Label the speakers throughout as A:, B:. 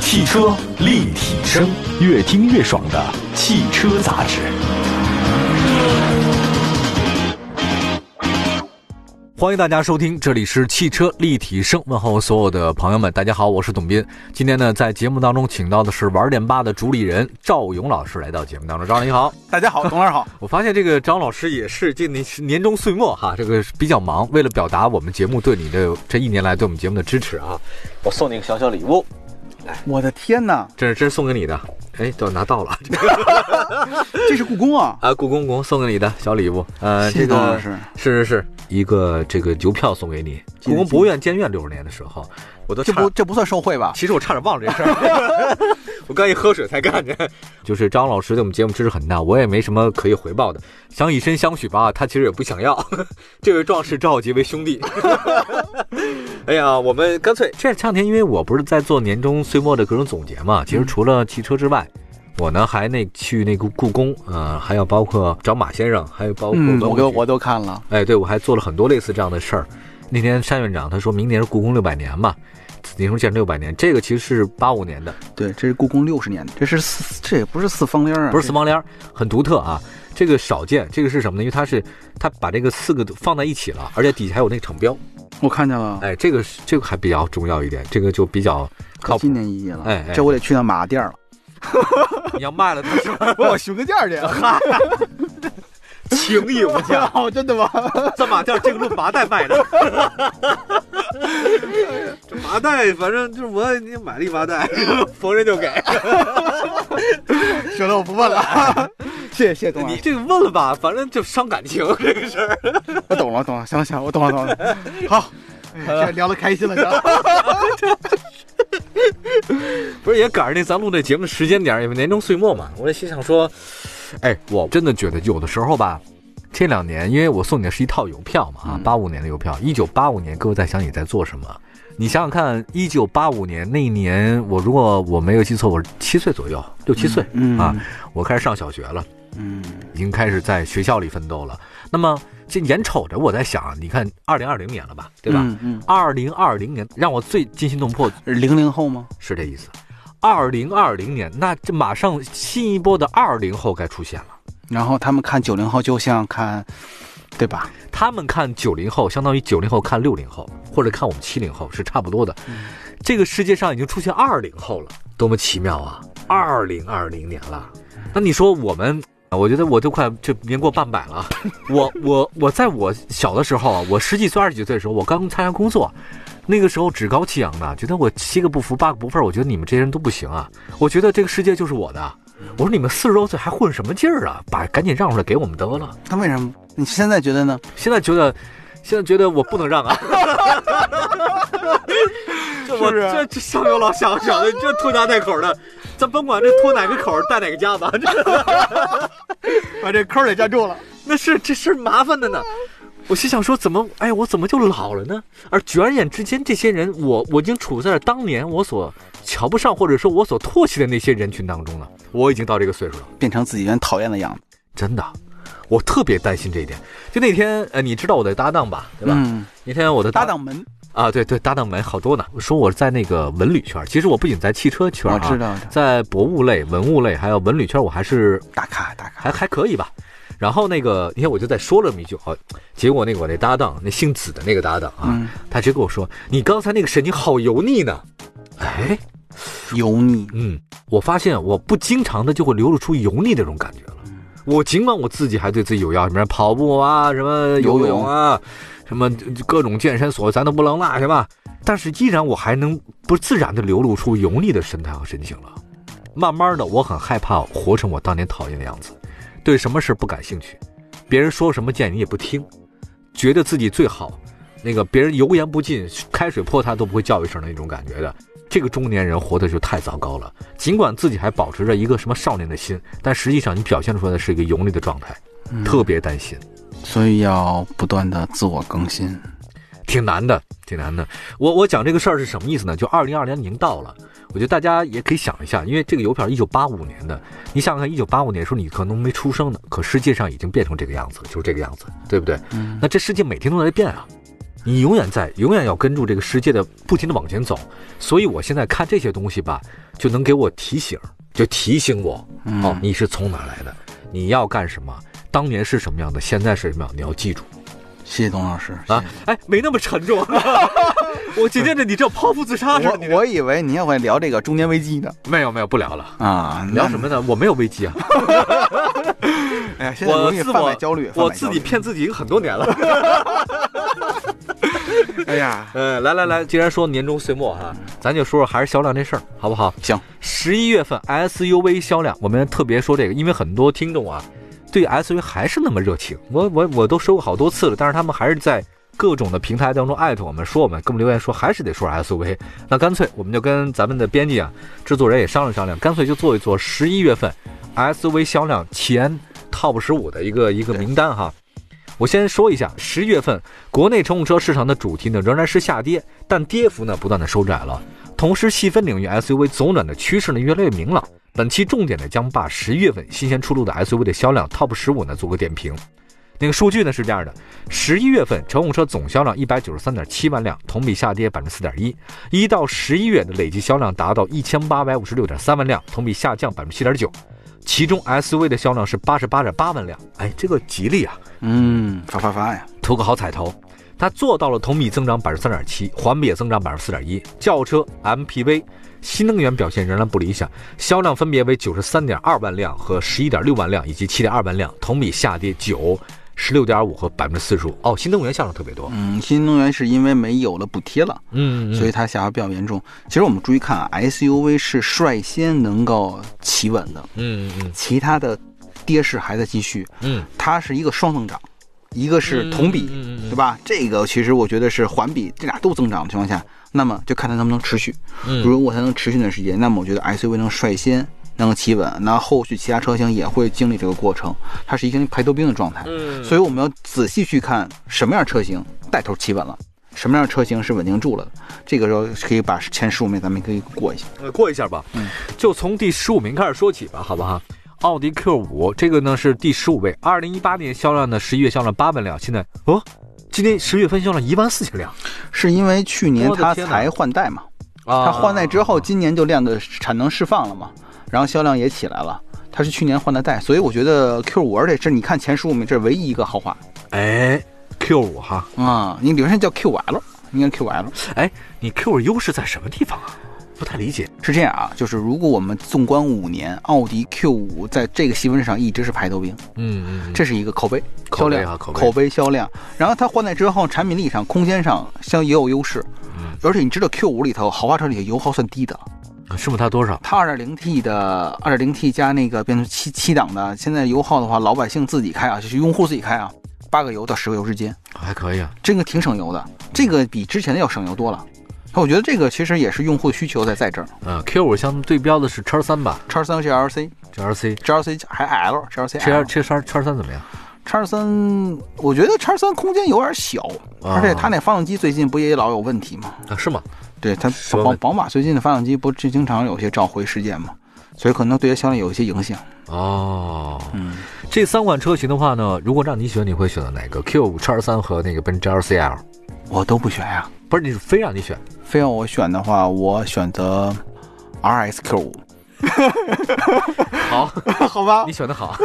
A: 汽车立体声，越听越爽的汽车杂志。
B: 欢迎大家收听，这里是汽车立体声，问候所有的朋友们，大家好，我是董斌。今天呢，在节目当中请到的是玩点吧的主理人赵勇老师来到节目当中，赵老师你好。
C: 大家好，董老师好。
B: 我发现这个张老师也是今年年终岁末哈，这个比较忙，为了表达我们节目对你的这一年来对我们节目的支持啊，我送你个小小礼物，
C: 我的天哪，
B: 这是真送给你的，哎，都拿到了
C: 这是故宫啊！
B: 啊，故宫故宫送给你的小礼物，呃，
C: 谢
B: 这
C: 谢董
B: 个
C: 老师，
B: 是是是一个这个邮票送给你，故宫博物院监院六十年的时候，我都
C: 这
B: 差
C: 不这不算受贿吧？
B: 其实我差点忘了这事儿， 我刚一喝水才看见。就是张老师对我们节目支持很大，我也没什么可以回报的，想以身相许吧，他其实也不想要。 这位壮士赵结为兄弟。 哎呀，我们干脆这这两天，因为我不是在做年终岁末的各种总结嘛，其实除了汽车之外。我呢还那去那个故宫，呃，还有包括找马先生，还有包括
C: 嗯，
B: 文
C: 我
B: 物
C: 给
B: 局
C: 我都看了。
B: 哎，对，我还做了很多类似这样的事儿。那天单院长他说明年是故宫六百年嘛，紫禁城建成六百年，这个其实是八五年的，
C: 对，这是故宫六十年的，这是四，这也不是四方铃儿啊，
B: 不是四方帘儿，很独特啊。这个少见，这个是什么呢？因为它是它把这个四个都放在一起了，而且底下还有那个厂标。
C: 这，我看见了，
B: 哎，这个是这个还比较重要一点，这个就比较
C: 可
B: 靠
C: 纪
B: 谱。
C: 念意义了。
B: 哎哎
C: 这我得去趟马 甸儿了，
B: 你要卖了它是吧
C: 我寻个店 儿去。
B: 情义无价，
C: 哦，真的吗？
B: 这马甸这个论麻袋卖的。 这麻袋，反正就是我你买了一麻袋， 逢人就给。
C: 行了，我不问 了。谢谢谢谢董老
B: 你
C: 师，
B: 这个问了吧，反正就伤感情这个事儿。
C: 我懂了懂了，行了行了，我懂了懂 了。好，哎呀这聊得开心了，行了。
B: 不是也赶上那咱录这节目的时间点儿，因为年终岁末嘛，我也心想说，哎，我真的觉得有的时候吧，这两年因为我送你的是一套邮票嘛，啊，
C: 嗯
B: 八五年的邮票，一九八五年，各位在想你在做什么？你想想看，一九八五年那一年，我如果我没有记错，我是七岁左右，六七岁，
C: 嗯
B: 啊，我开始上小学了。
C: 嗯，
B: 已经开始在学校里奋斗了。那么这眼瞅着我在想，你看二零二零年了吧，对吧？
C: 嗯嗯，
B: 二零二零年让我最惊心动魄
C: 零零后吗？
B: 是这意思。二零二零年，那这马上新一波的二零后该出现了。
C: 然后他们看九零后就像看，对吧？
B: 他们看九零后，相当于九零后看六零后，或者看我们七零后是差不多的。这个世界上已经出现二零后了，多么奇妙啊！二零二零年了，那你说我们？我觉得我都快就年过半百了。我我我在我小的时候啊，我十几岁、二十几岁的时候，我刚参加工作，那个时候趾高气扬的，觉得我七个不服八个不忿儿，我觉得你们这些人都不行啊！我觉得这个世界就是我的。我说你们四十多岁还混什么劲儿啊？把赶紧让出来给我们得了。
C: 他为什么？你现在觉得呢？
B: 现在觉得，现在觉得我不 能让啊。这我
C: 是不啊是
B: 这这上有老下有小的，这拖家带口的，咱甭管这拖哪个口儿带哪个家吧，这
C: 把这坑给占住了。
B: 那是这事儿麻烦的呢。我心想说，怎么哎，我怎么就老了呢？而转眼之间，这些人，我我已经处在当年我所瞧不上，或者说我所唾弃的那些人群当中了。我已经到这个岁数了。
C: 变成自己原讨厌的样子，
B: 真的，我特别担心这一点。就那天，呃，你知道我的搭档吧，对吧？
C: 嗯，
B: 那天我的
C: 搭档门，
B: 啊，对对，搭档们好多呢。我说我在那个文旅圈，其实我不仅在汽车圈、啊，
C: 我知道的，
B: 在博物类、文物类还有文旅圈，我还是
C: 打卡打卡，
B: 还还可以吧。然后那个，你看我就在说了这么一句，好，结果那个我那搭档，那姓子的那个搭档啊，
C: 嗯，
B: 他直接跟我说：“你刚才那个神情好油腻呢。”哎，
C: 油腻，
B: 嗯，我发现我不经常的就会流露出油腻这种感觉了。我尽管我自己还对自己有要求，什么跑步啊，什么
C: 游
B: 游泳
C: 泳
B: 啊，什么各种健身所谓咱都不能落下吧，但是依然我还能不自然的流露出油腻的神态和神情了。慢慢的，我很害怕活成我当年讨厌的样子，对什么事不感兴趣，别人说什么建议也不听，觉得自己最好，那个别人油盐不进，开水泼他都不会叫一声的那种感觉的。这个中年人活的就太糟糕了，尽管自己还保持着一个什么少年的心，但实际上你表现出来的是一个油腻的状态，
C: 嗯
B: 特别担心，
C: 所以要不断的自我更新。
B: 挺难的，挺难的。我我讲这个事儿是什么意思呢？就二零二零已经到了，我觉得大家也可以想一下，因为这个邮票一九八五年的，你想想看，一九八五年的时候你可能没出生呢，可世界上已经变成这个样子，就是这个样子，对不对？
C: 嗯，
B: 那这世界每天都在变啊。你永远在，永远要跟住这个世界的不停的往前走。所以我现在看这些东西吧，就能给我提醒，就提醒我，
C: 嗯
B: 哦，你是从哪儿来的，你要干什么，当年是什么样的，现在是什么样，你要记住
C: 谢谢董老师
B: 啊。哎，没那么沉 重。我紧接着你这剖腹自杀
C: 谢谢
B: 似
C: 我
B: 的，啊你
C: 我以为你要会聊这个中年危机呢
B: 没有没有不聊了。
C: 啊，
B: 聊什么呢？我没有危机啊，
C: 那？哎呀，现在
B: 我
C: 容易
B: 自
C: 贩
B: 我
C: 卖焦虑，贩
B: 我
C: 卖
B: 自
C: 焦
B: 己
C: 虑。
B: 骗自己已经很多年了。
C: 哎呀，
B: 呃，来来来，既然说年终岁末哈、咱就说说还是销量这事儿，好不好？
C: 行，
B: 十一月份 SUV 销量，我们特别说这个，因为很多听众啊，对 SUV 还是那么热情。我我我都说过好多次了，但是他们还是在各种的平台当中艾特我们，说我们给我们留言说还是得说 SUV。那干脆我们就跟咱们的编辑啊、制作人也商量商量，干脆就做一做十一月份 SUV 销量前 Top 十五的一个一个名单哈。我先说一下，十月份国内乘用车市场的主题呢仍然是下跌，但跌幅呢不断的收窄了。同时，细分领域 SUV 走暖的趋势呢越来越明朗。本期重点呢将把十月份新鲜出炉的 SUV 的销量 Top 十五呢做个点评。那个数据呢是这样的：十一月份乘用车总销量一百九十三点七万辆，同比下跌百分之四点一；一到十一月的累计销量达到一千八百五十六点三万辆，同比下降百分之七点九。其中 SUV 的销量是八十八点八万辆，哎，这个吉利啊，
C: 嗯，发发发呀，
B: 图个好彩头。它做到了同比增长百分之三点七，环比也增长百分之四点一。轿车、MPV、新能源表现仍然不理想，销量分别为九十三点二万辆和十一点六万辆，以及七点二万辆，同比下跌九、十六点五和百分之四十五。哦，新能源销量特别多，
C: 嗯，新能源是因为没有了补贴了。
B: 嗯
C: 所以它下滑比较严重。其实我们注意看啊，SUV 是率先能够企稳的，
B: 嗯嗯
C: 其他的跌势还在继续。
B: 嗯，
C: 它是一个双增长，一个是同比，
B: 嗯嗯嗯
C: 对吧？这个其实我觉得是环比，这俩都增长的情况下，那么就看它能不能持续。
B: 嗯
C: 如果它能持续一段时间，那么我觉得 SUV 能率先。能够企稳，那后续其他车型也会经历这个过程，它是一个排头兵的状态。
B: 嗯
C: 所以我们要仔细去看什么样的车型带头企稳了，什么样的车型是稳定住了的。这个时候可以把前十五名咱们可以过一下。
B: 呃过一下吧，
C: 嗯
B: 就从第十五名开始说起吧，好不好？奥迪 Q 五这个呢是第十五位，二零一八年销量呢十一月销量八万辆，现在哦，今年十月份销量一万四千辆
C: 是因为去年
B: 我的
C: 它
B: 天哪
C: 才换代嘛，
B: 啊
C: 它换代之后，今年就量的产能释放了嘛，然后销量也起来了。它是去年换的代，所以我觉得 Q 五，而且这你看前十五名，这是唯一一个豪华
B: 哎 Q 五哈，
C: 啊、你理论上叫 Q 五 L，应该 Q 五 L。
B: 哎，你 Q 五优势在什么地方啊？不太理解。
C: 是这样啊，就是如果我们纵观五年，奥迪 Q 五在这个细分市场一直是排头兵，
B: 嗯嗯，
C: 这是一个口碑、
B: 口
C: 销
B: 碑
C: 量、
B: 啊口碑
C: 销量。然后它换代之后，产品力上、空间上相也有优势。
B: 嗯
C: 而且你知道 Q 五里头豪华车里头油耗算低的，
B: 这是不是它多少？
C: 它二点零 T 的二点零 T 加那个变速七七档的，现在油耗的话，老百姓自己开啊，就是用户自己开啊，八个油到十个油之间，
B: 还可以啊。
C: 这个挺省油的，这个比之前的要省油多了。我觉得这个其实也是用户需求在在这儿。
B: 嗯、q 五相对标的是叉三吧
C: 叉三 GLC、
B: ，GLC。
C: GLC 还 L、GLC
B: 叉
C: L、
B: 叉三叉三怎么样？
C: 叉三，我觉得叉三空间有点小，
B: 啊
C: 而且它那发动机最近不也老有问题吗？
B: 啊，是吗？
C: 对，它
B: 什么
C: 宝
B: 问题
C: 宝马最近的发动机不是经常有些召回事件吗？所以可能对它销量有一些影响。
B: 哦，
C: 嗯，
B: 这三款车型的话呢，如果让你选，你会选择哪个？Q 五、叉三和那个奔驰 LCL？
C: 我都不选呀、
B: 不是，你非让你选，
C: 非要我选的话，我选择 RSQ 五，
B: 好，
C: 好吧
B: 你，选的好，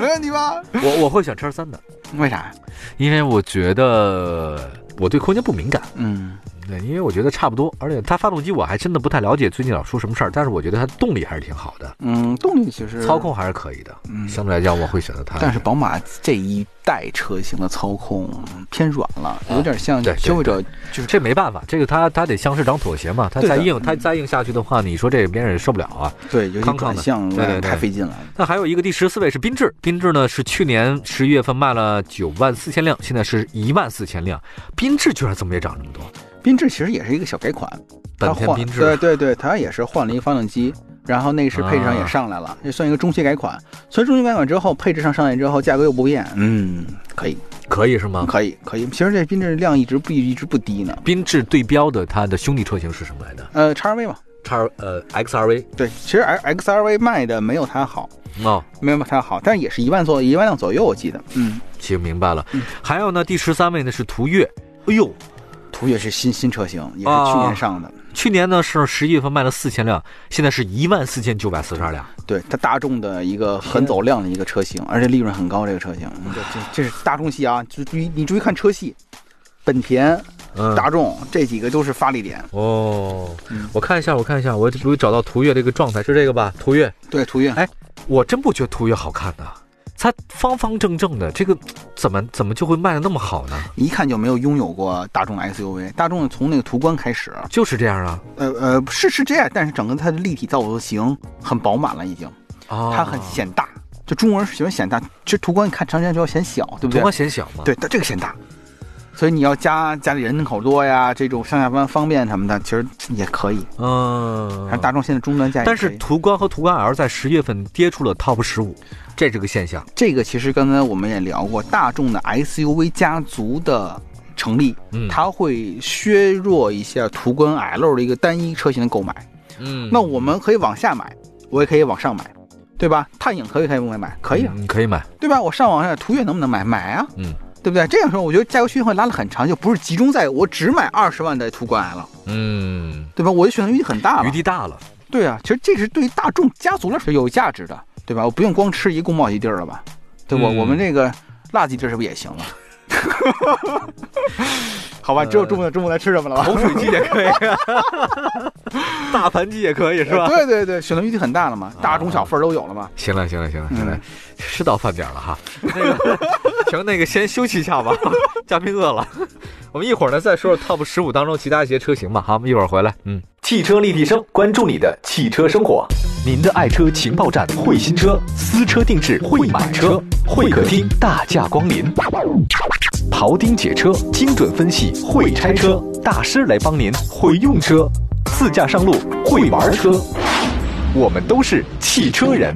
C: 没问题吧？
B: 我我会选叉三的，
C: 为啥？
B: 因为我觉得我对空间不敏感，
C: 嗯，
B: 对，因为我觉得差不多，而且它发动机我还真的不太了解，最近老出什么事儿，但是我觉得它动力还是挺好的，
C: 嗯，动力其实
B: 操，控还是可以的，
C: 嗯，
B: 相对来讲我会选择它，
C: 但是宝马这一代车型的操控偏软了，有点像
B: 啊对对
C: 消费者就是
B: 这没办法，这个它它得向市场妥协嘛，它
C: 对
B: 再
C: 的
B: 硬它再硬下去的话，你说这别人也受不了啊，
C: 对，尤其
B: 康
C: 转
B: 康的
C: 向
B: 对对对
C: 太费劲了。
B: 那还有一个第十四位是缤智，缤智呢是去年十一月份卖了九万四千辆，现在是一万四千辆，缤智居然怎么也涨这么多？
C: 缤智其实也是一个小改款，
B: 本
C: 它
B: 田
C: 换
B: 缤智
C: 对对对，它也是换了一个发动机，然后内饰配置上
B: 啊
C: 也上来了，这算一个中期改款。所以中期改款之后，配置上上来之后，价格又不变，嗯，可以，
B: 可以是吗？
C: 可以，可以。其实这缤智量一直不一直不低呢。
B: 缤智对标的它的兄弟车型是什么来的？
C: 呃，叉 RV 嘛，
B: 叉呃 XRV
C: 对，其实 X XRV 卖的没有它好，
B: 哦，
C: 没有它好，但是也是一万左一万辆左右，我记得。嗯，
B: 行，明白了。还有呢，第十三位呢是途岳。哎呦，
C: 途岳是新新车型，也是
B: 啊
C: 去年上的。
B: 去年呢是十一月份卖了四千辆，现在是一万四千九百四十二辆。
C: 对它大众的一个很走量的一个车型，而且利润很高。这个车型，这这这是大众系啊，就你你注意看车系，本田、
B: 嗯，
C: 大众这几个都是发力点。
B: 哦
C: 嗯，
B: 我看一下，我看一下，我这不找到途岳这个状态是这个吧？途岳，
C: 对，途岳
B: 哎我真不觉得途岳好看呐，它方方正正的，这个怎么怎么就会卖的那么好呢？
C: 一看就没有拥有过大众的 SUV。大众从那个途观开始，
B: 就是这样啊，
C: 呃呃，是是这样，但是整个它的立体造型很饱满了，已经，
B: 啊，
C: 它很显大。就中国人是喜欢显大，其实途观你看长时间就要显小，对不
B: 途
C: 对？
B: 观显小嘛，
C: 对，但这个显大，所以你要家家里人口多呀，这种上下班方便什么的，其实也可以。
B: 嗯
C: 还是，大众现在终端价也可以，
B: 但是途观和途观 L 在十月份跌出了 top 十五，这是个现象。
C: 这个其实刚才我们也聊过，大众的 SUV 家族的成立，
B: 嗯，
C: 它会削弱一下途观 L 的一个单一车型的购买。
B: 嗯，
C: 那我们可以往下买，我也可以往上买，对吧？探影可以可以买，可以啊，
B: 嗯，可以买，
C: 对吧？我上网上途岳能不能买？买啊，
B: 嗯，
C: 对不对？这样说，我觉得价格区间会拉得很长，就不是集中在我只买二十万的途观 L，
B: 嗯，
C: 对吧？我的选择余地很大了
B: 余。地大了，
C: 对啊，其实这是对于大众家族来说有价值的，对吧？我不用光吃一宫保鸡丁了吧？对我、
B: 嗯
C: 我们这个辣鸡丁是不是也行了？ 好
B: 呃
C: 吧，只有中国中国来吃什么了吧？
B: 口水鸡也可以， 大盘鸡也可以是吧？
C: 对对对，选择余地很大了嘛，大中小份儿都有了嘛。
B: 行了，行了，行了，行了
C: 嗯，
B: 是到饭点了哈。 那个，行，那个先休息一下吧， 嘉宾饿了。我们一会儿呢再说说 Top 十五当中其他一些车型吧。好，我们一会儿回来。嗯，
A: 汽车立体声，关注你的汽车生活。您的爱车情报站，会新车，私车定制，会买车，会客厅大驾光临，庖丁解车，精准分析，会拆车，大师来帮您，会用车，自驾上路，会玩车，我们都是汽车人。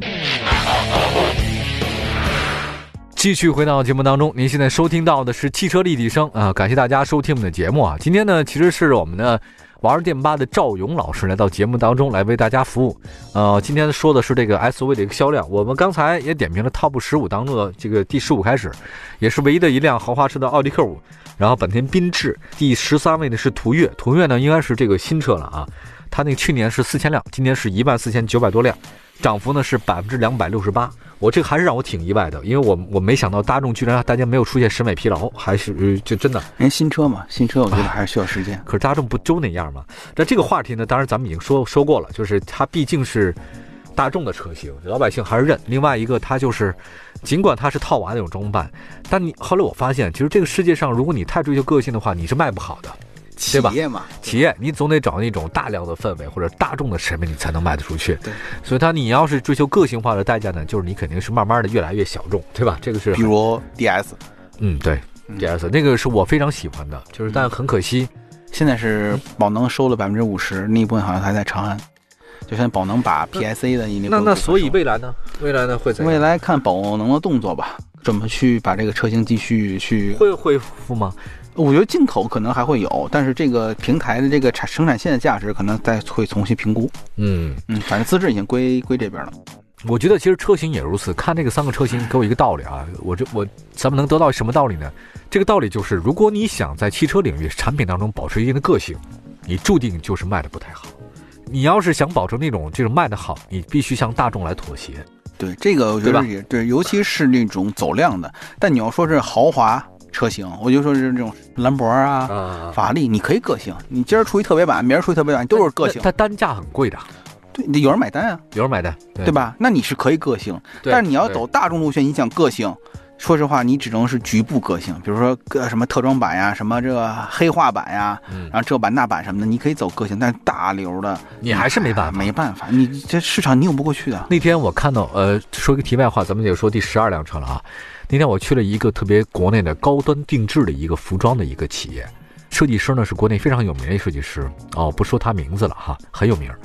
B: 继续回到节目当中，您现在收听到的是汽车立体声啊、感谢大家收听我们的节目啊。今天呢，其实是我们的玩儿电吧的赵勇老师来到节目当中来为大家服务。呃，今天说的是这个 SUV 的一个销量，我们刚才也点评了 Top 十五当中的这个第十五开始，也是唯一的一辆豪华车的奥迪 Q 五，然后本田缤智，第十三位呢是途岳，途岳呢应该是这个新车了啊，它那个去年是四千辆，今年是一万四千九百多辆，涨幅呢是百分之两百六十八，我这个还是让我挺意外的，因为我我没想到大众居然大家没有出现审美疲劳，还是呃就真的
C: 人新车嘛，新车我觉得还是需要时间。
B: 可是大众不就那样吗？那这个话题呢，当然咱们已经说说过了，就是它毕竟是大众的车型，老百姓还是认。另外一个，它就是尽管它是套娃那种装扮，但你后来我发现，其实这个世界上，如果你太追求个性的话，你是卖不好的。
C: 企
B: 吧
C: 业嘛，
B: 企业你总得找那种大量的氛围或者大众的审美，你才能卖得出去。
C: 对，
B: 所以它你要是追求个性化的代价呢，就是你肯定是慢慢的越来越小众，对吧？这个是
C: 比如 DS，
B: 嗯对
C: 嗯
B: D S 那个是我非常喜欢的，就是但很可惜，
C: 现在是宝能收了百分之五十，那一部分好像还在长安。就现在宝能把 PSA 的一部
B: 那
C: 分
B: 那所以
C: 收了
B: 未来呢？未来呢会怎样
C: 未？来看宝能的动作吧，怎么去把这个车型继续去？
B: 会恢复吗？
C: 我觉得进口可能还会有，但是这个平台的这个产生产线的价值可能再会重新评估。
B: 嗯，
C: 嗯，反正资质已经归归这边了。
B: 我觉得其实车型也如此。看这个三个车型，给我一个道理啊，我这我咱们能得到什么道理呢？这个道理就是，如果你想在汽车领域产品当中保持一定的个性，你注定就是卖的不太好。你要是想保证那种这种卖的好，你必须向大众来妥协。
C: 对，这个我觉
B: 对
C: 得
B: 吧
C: 也对，尤其是那种走量的。但你要说是豪华车型，我就说是这种兰博啊、
B: 啊，
C: 法拉利，你可以个性。你今儿出一特别版，明儿出一特别版，都是个性。
B: 它单价很贵的，
C: 对，你有人买单啊，
B: 有人买单，对
C: 对？吧？那你是可以个性，但是你要走大众路线，你讲个性，说实话，你只能是局部个性，比如说个什么特装版呀，什么这个黑化版呀，
B: 嗯
C: 然后这版那版什么的，你可以走个性，但是大流的
B: 你还是没办法
C: 没办法，你这市场你扭不过去啊的。
B: 那天我看到，呃，说一个题外话，咱们也说第十二辆车了啊。那天我去了一个特别国内的高端定制的一个服装的一个企业，设计师呢是国内非常有名的设计师哦，不说他名字了哈，很有名儿。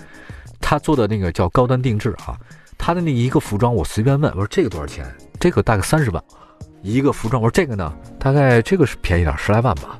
B: 他做的那个叫高端定制啊，他的那一个服装，我随便问，我说这个多少钱？这个大概三十万，一个服装。我说这个呢，大概这个是便宜点儿，十来万吧。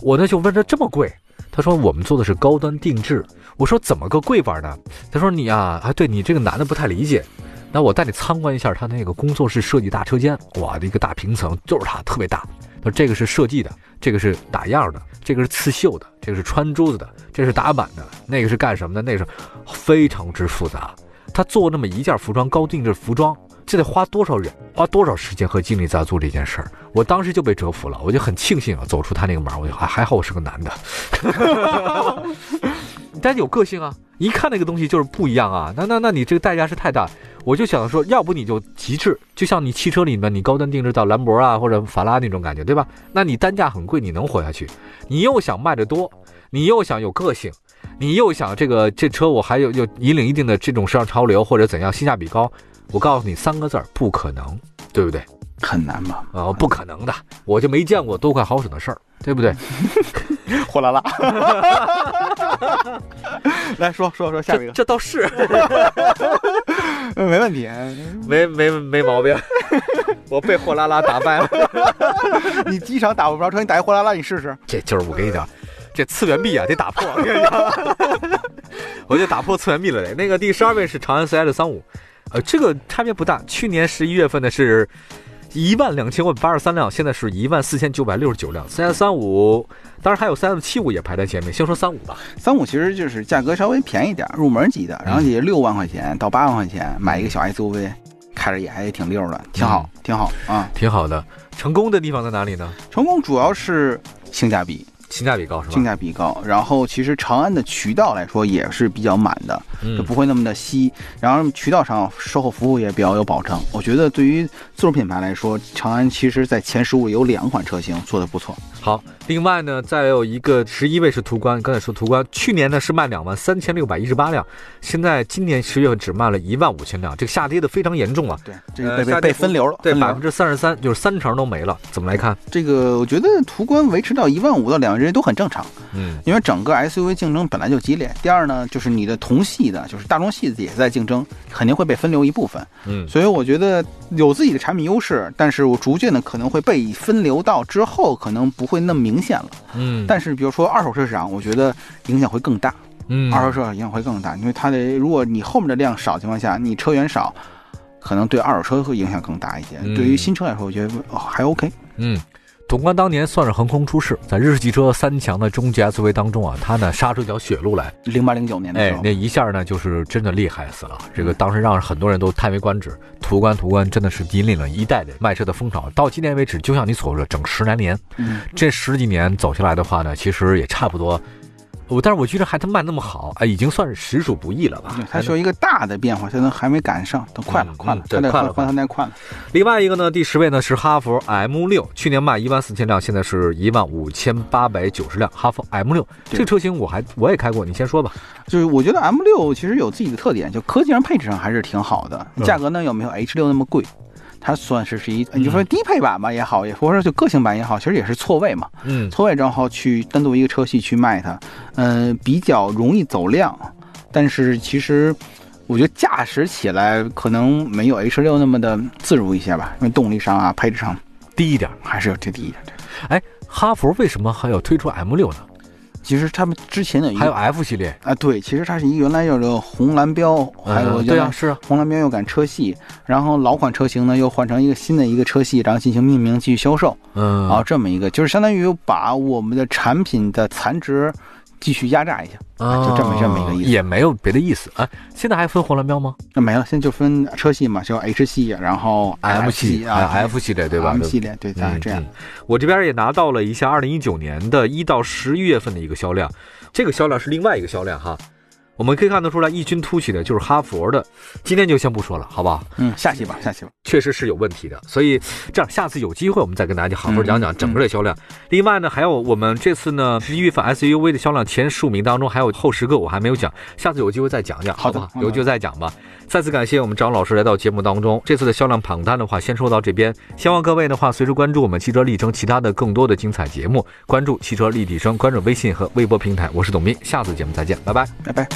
B: 我呢就问他这么贵，他说我们做的是高端定制。我说怎么个贵法呢？他说你啊，啊，对你这个男的不太理解。那我带你参观一下他那个工作室设计大车间，哇，一个大平层就是它，特别大。说这个是设计的，这个是打样的，这个是刺绣的，这个是穿珠子的，这是打板的，那个是干什么的？那个是非常之复杂。他做那么一件服装，高定制服装，这得花多少人，花多少时间和精力在做这件事儿？我当时就被折服了，我就很庆幸啊，走出他那个门儿，我就还还好我是个男的， 但有个性啊，一看那个东西就是不一样啊。那那那你这个代价是太大，我就想说，要不你就极致，就像你汽车里面你高端定制到兰博啊或者法拉那种感觉，对吧？那你单价很贵，你能活下去？你又想卖得多，你又想有个性。你又想这个这车我还有有引领一定的这种时尚潮流或者怎样性价比高，我告诉你三个字儿不可能，对不对？
C: 很难吧？
B: 啊、不可能的，我就没见过多快好使的事儿，对不对？
C: 火辣辣， 来说说说下一
B: 这
C: 个，
B: 这倒是
C: 嗯没问题。
B: 没没没毛病， 我被货拉拉打败了。
C: 你机场打不着车，你打一货拉拉，你试试。
B: 这就是我跟你讲，这次元壁啊得打破，我跟你讲， 我就打破次元壁了得。那个第十二位是长安 CS 三五，呃，这个差别不大。去年十一月份的是一万两千五百八十三辆，现在是一万四千九百六十九辆。CS 三五，当然还有 CS 七五也排在前面。先说三五吧，
C: 三五其实就是价格稍微便宜点儿，入门级的，然后也六万块钱到八万块钱买一个小 SUV，开着也还挺溜的，挺好，挺好啊。
B: 挺好的。成功的地方在哪里呢？
C: 成功主要是性价比，
B: 性价比高是吧？
C: 性价比高，然后其实长安的渠道来说也是比较满的，就
B: 嗯
C: 不会那么的稀，然后渠道上售后服务也比较有保障。我觉得对于自主品牌来说，长安其实在前十五有两款车型做的不错，
B: 好，另外呢，再有一个十一位是途观，刚才说途观，去年呢是卖两万三千六百一十八辆，现在今年十月份只卖了一万五千辆，这个下跌的非常严重啊，
C: 对，这个被
B: 呃
C: 被
B: 下
C: 被
B: 跌幅
C: 分流了，
B: 对，
C: 分流
B: 百
C: 了
B: 分之三十三，就是三成都没了，怎么来看？
C: 这个我觉得途观维持到一万五到两万之间都很正常，
B: 嗯
C: 因为整个 SUV 竞争本来就激烈。第二呢，就是你的同系的，就是大众系的也在竞争，肯定会被分流一部分。
B: 嗯，
C: 所以我觉得有自己的产品优势，但是我逐渐的可能会被分流到之后，可能不会那么明显了。
B: 嗯，
C: 但是比如说二手车市场，我觉得影响会更大，
B: 嗯
C: 二手车影响会更大，因为它的如果你后面的量少的情况下，你车源少。可能对二手车会影响更大一些，
B: 嗯
C: 对于新车来说，我觉得、哦、还 OK。
B: 嗯，途观当年算是横空出世，在日系车三强的中级 SUV 当中啊，它呢杀出一条血路来，
C: 零八零九年的时
B: 哎
C: 候，，
B: 那一下呢，就是真的厉害死了。这个当时让很多人都叹为观止。途观，途观真的是引领了一代的卖车的风潮。到今天为止，就像你所说，整十来年，
C: 嗯
B: 这十几年走下来的话呢，其实也差不多。我但是我觉得还他卖那么好，哎，已经算是实属不易了吧
C: 对，？它需要一个大的变化，现在还没赶上，都快了，
B: 嗯
C: 快了
B: 嗯，
C: 它
B: 对
C: 得
B: 快
C: 换
B: 了快
C: 换换
B: 了
C: 代快了。
B: 另外一个呢，第十位呢是哈弗 M 六，去年卖一万四千辆，现在是一万五千八百九十辆。哈弗 M 六
C: 对嗯
B: 这个车型我还我也开过，你先说吧。
C: 就是我觉得 M 六其实有自己的特点，就科技上配置上还是挺好的，
B: 嗯
C: 价格呢又没有 H 六那么贵，它算是是一你
B: 嗯
C: 就说低配版吧也好，也或者说就个性版也好，其实也是错位嘛，
B: 嗯
C: 错位然后去单独一个车系去卖它，嗯、比较容易走量，但是其实。我觉得驾驶起来可能没有 H 六那么的自如一些吧，因为动力上啊、配置上
B: 低一点。
C: 还是有这第一点。
B: 哎，哈弗为什么还有推出 M 六呢？
C: 其实他们之前有一个
B: 还有 F 系列？
C: 啊，对，其实它是一原来有这个红蓝标，还有
B: 嗯
C: 原
B: 对
C: 来
B: 啊，是啊，
C: 红蓝标又改车系，然后老款车型呢又换成一个新的一个车系，然后进行命名继续销售
B: 嗯
C: 啊，这么一个就是相当于把我们的产品的残值继续压榨一下，啊就这么这么一个意思
B: 哦也没有别的意思。哎，现在还分红蓝标吗
C: 那没了，现在就分车系嘛，就 H 系，然后 F
B: 系
C: 啊
B: 还有嗯 F 系列对吧？
C: M
B: 对
C: 系列，对，大概
B: 嗯，
C: 这样
B: 嗯。。我这边也拿到了一下二零一九年的一到十一月份的一个销量，这个销量是另外一个销量哈。我们可以看得出来，异军突起的就是哈佛的。今天就先不说了，好不好？
C: 嗯，下期吧，下期吧。
B: 确实是有问题的，所以这样下次有机会我们再跟大家
C: 嗯
B: 好好讲讲整个的销量。另外呢，还有我们这次呢一月份 SUV 的销量前十五名当中还有后十个我还没有讲，下次有机会再讲讲，
C: 好的
B: 不
C: 好的
B: 有机会再讲吧。再次感谢我们张老师来到节目当中，这次的销量榜单的话先说到这边，希望各位的话随时关注我们汽车立体声其他的更多的精彩节目，关注汽车立体声，关注微信和微博平台，我是董斌，下次节目再见，拜拜。
C: 拜拜。